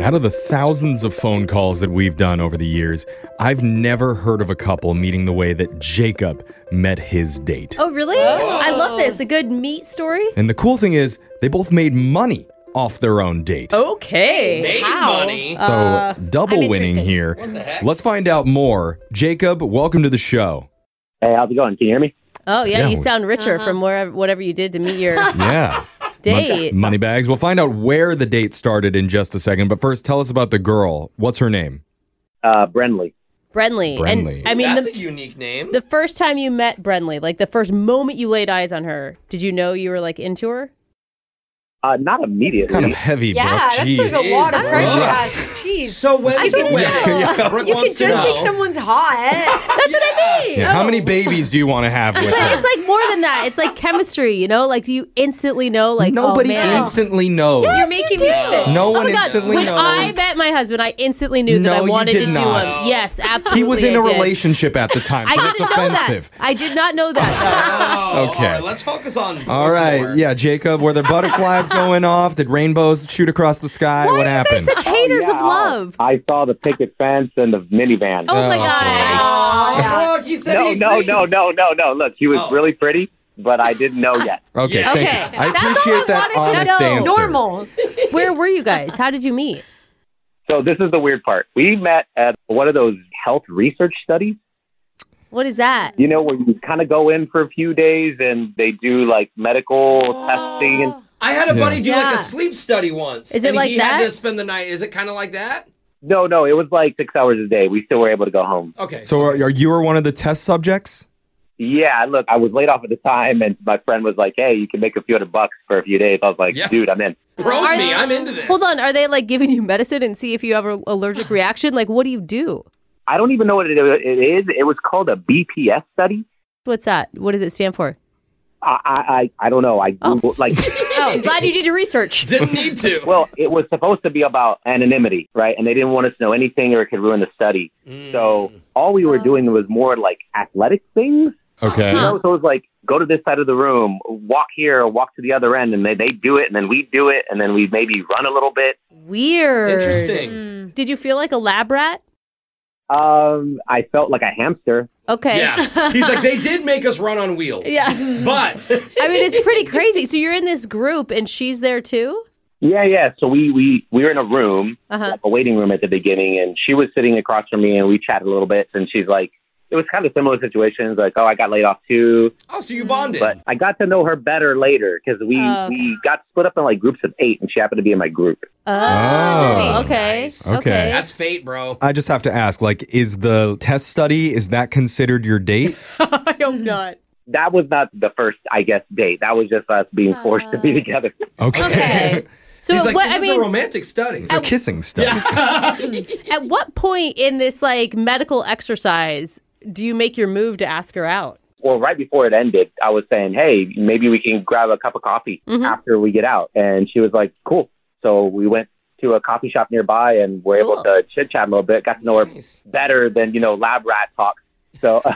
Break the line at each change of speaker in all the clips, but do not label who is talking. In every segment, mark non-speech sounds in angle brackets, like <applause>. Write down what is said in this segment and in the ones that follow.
Out of the thousands of phone calls that we've done over the years, I've never heard of a couple meeting the way that Jacob met his date.
Oh, really? I love this. A good meat story.
And the cool thing is, they both made money off their own date.
Okay.
Made
How?
money.
So, double
Oh. I'm
winning
interested.
here. Let's find out more. Jacob, welcome to the show.
Hey, how's it going? Can you hear me?
Oh yeah,
Yeah,
you
we-
sound richer from wherever whatever you did to meet <laughs> your
Yeah.
date.
Money bags. We'll find out where the date started in just a second. But first, tell us about the girl. What's her name?
Uh, Brenly.
Brenly.
Brenly.
And I mean
That's
the,
a unique name.
the first time you met Brenly, like the first moment you laid eyes on her, did you know you were like into her?
Uh, not immediately.
Kind of heavy,
Yeah,
bro. Jeez.
that's like a lot of
Jeez. Yeah.
pressure, guys. Jeez.
so when
I
was the
don't
wedding?
know.
Brooke
you
wants
can
to
just think
know.
someone's hot.
That's what I mean.
Yeah, How
Oh,
many babies do you want to have with
But
her?
it's like more than that. It's like chemistry, you know? Like, do you instantly know? Like,
Nobody
oh, man.
instantly knows.
You're making me sick.
No
Oh
one
my God.
instantly <laughs>
when
knows.
I met my husband, I instantly knew that
No,
I
you
wanted
did
to
not.
do him. Yes, absolutely.
he was in
a
a relationship at the time, so
I
that's
didn't know
offensive.
that. I did not know
<laughs>
that.
Oh,
Okay.
All right, let's focus on.
All right, yeah, Jacob, were there butterflies going off? Did rainbows shoot across the sky? what happened?
Such haters of
Yeah, Oh,
love.
I saw the picket fence and the minivan.
Oh, my
Oh,
god.
Oh, Brooke, he said
no,
he
no,
agrees.
no, no, no, no. Look, she was
Oh.
really pretty, but I didn't know
<laughs>
yet.
Okay,
Yeah.
thank
Okay.
you. I
That's all I
appreciate that
wanted to
honest
know.
answer.
Normal.
<laughs> Where were you guys? How did you meet?
So this is the weird part. We met at one of those health research studies.
What is that?
You know, where you kind of go in for a few days and they do like medical
Oh.
testing. And,
I had a buddy do like
Yeah.
a sleep study once.
Is it
and
like
he
that?
had to spend the night. Is it kind of like that?
no, no, it was like six hours a day. We still were able to go home.
Okay.
So, are, are you were one of the test subjects?
Yeah, look, I was laid off at the time, and my friend was like, "Hey, you can make a few hundred bucks for a few days." I was like,
Yeah.
"Dude, I'm in."
broke
Are-
me. I'm into this.
Hold on. Are they like giving you medicine and see if you have an allergic reaction? Like, what do you do?
I don't even know what it, it is. It was called a BPS study.
What's that? What does it stand for?
I I, I, I don't know. I
Oh.
Googled, like,
Oh, I'm <laughs> glad you did your research.
Didn't need to.
well, it was supposed to be about anonymity, right? And they didn't want us to know anything, or it could ruin the study.
Mm.
So
Hmm.
all we were doing was more like athletic things.
Okay.
You
Uh-huh.
know, so it was like go to this side of the room, walk here, or walk to the other end, and they they do it, and then we do it, and then we maybe run a little bit.
Weird.
Interesting.
Did you feel like a lab rat?
Um, I felt like a hamster.
Okay.
Yeah. He's like, they did make us run on wheels.
Yeah.
But
<laughs>
<laughs>
I mean, it's pretty crazy. So you're in this group and she's there too?
Yeah, yeah. So we we we were in a room,
Uh-huh.
like a waiting room at the beginning, and she was sitting across from me, and we chatted a little bit. And she's like, it was kind of similar situations, like, oh, I got laid off too,
oh, so you bonded.
but I got to know her better later because we
Oh, okay.
we got split up in like groups of eight, and she happened to be in my group.
Oh, okay.
Nice.
Okay.
That's fate, bro.
I just have to ask, like, is the test study, is that considered your date?
I am not.
That was not the first, I guess, date. That was just us being forced to be
Uh-huh.
together.
Okay. <laughs>
Okay.
<laughs>
So
He's
at
like,
what
it
I
was a
mean,
romantic study.
<laughs>
It's a kissing study.
<laughs>
at what point in this like medical exercise do you make your move to ask her out?
well, right before it ended, I was saying, hey, maybe we can grab a cup of coffee after we get out. And she was like, cool. So we went to a coffee shop nearby and were
Cool.
able to chit chat a little bit, got to know her better than, you know, lab rat talk. So, <laughs>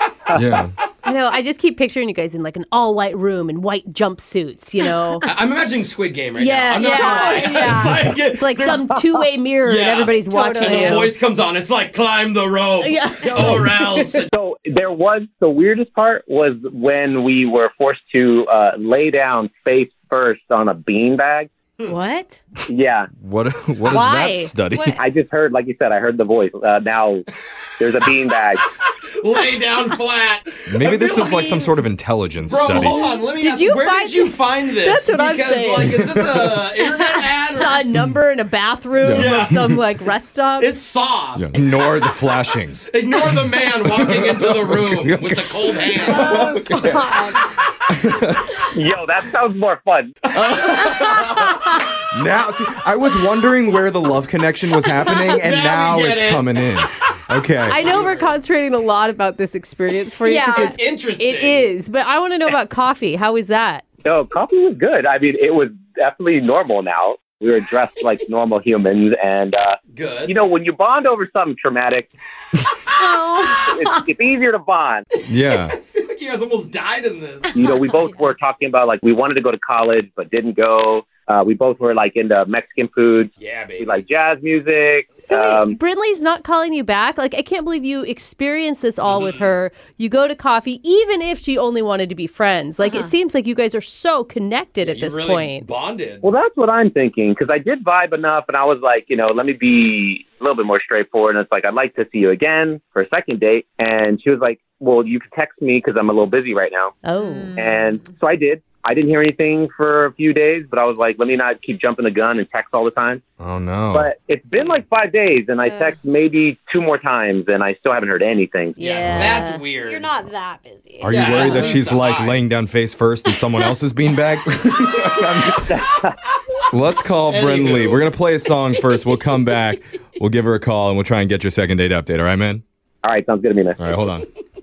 Yeah.
I know. I just keep picturing you guys in like an all white room in white jumpsuits, you <laughs> know?
I- I'm imagining Squid Game right
Yeah,
now. I'm not
yeah.
lying. It's like,
It's like some two way <laughs> mirror and
Yeah,
everybody's watching
and the
you.
voice comes on. It's like climb the rope
Yeah.
<laughs> or else.
so there was the weirdest part was when we were forced to uh, lay down face first on a beanbag.
What?
Yeah.
What, what is
Why?
that study?
What?
I just heard, like you said, I heard the voice. Uh, now there's a beanbag.
Lay down flat.
Maybe this
feel
is like some sort of intelligence
Bro,
study.
hold on. Let me
Did
ask.
you
where
find-
did you find this?
That's what I'm
because,
saying.
Like, is this a
<laughs>
internet ad? Or...
Saw a number in a bathroom
Yeah.
or some like rest stop.
It's Saw.
Yeah. Ignore the flashing.
Ignore the man walking into the room with the cold hands.
Oh, God.
Yo, that sounds more fun.
<laughs> Now, see, I was wondering where the love connection was happening, <laughs> and now,
Now we get
it's
it.
coming in. Okay.
I know we're concentrating a lot about this experience for you.
Yeah.
'cause
It's interesting.
It is, but I want to know about coffee. How is that?
No, coffee was good. I mean, it was definitely normal now. We were dressed like normal humans. And, uh,
Good. <laughs>
you know, when you bond over something traumatic,
Oh.
it's, it's easier to bond.
yeah.
I
<laughs>
feel like you guys almost died in this.
You know, we both were talking about like we wanted to go to college but didn't go. Uh, we both were like into Mexican food.
Yeah,
We
baby.
like jazz music.
So wait,
um,
Brindley's not calling you back. Like I can't believe you experienced this all
Mm-hmm.
with her. You go to coffee, even if she only wanted to be friends. Like it seems like you guys are so connected at
you
this
Uh-huh. really
point.
bonded.
well, that's what I'm thinking because I did vibe enough, and I was like, you know, let me be a little bit more straightforward. And it's like, I'd like to see you again for a second date. And she was like, well, you can text me because I'm a little busy right now.
Oh,
Mm.
And so I did. I didn't hear anything for a few days, but I was like, let me not keep jumping the gun and text all the time.
<laughs> Oh no.
But it's been like five days, and I
Ugh.
text maybe two more times, and I still haven't heard anything.
Yeah.
That's weird.
You're not that busy.
Are you
Yeah,
worried that
that's
she's
the
like
vibe.
laying down face first in someone else's <laughs> beanbag? I mean, let's call
Anywho.
Brindley. We're gonna play a song first. We'll come back. We'll give her a call and we'll try and get your second date update. All right, man.
All right, sounds good to me, man.
All right, hold on.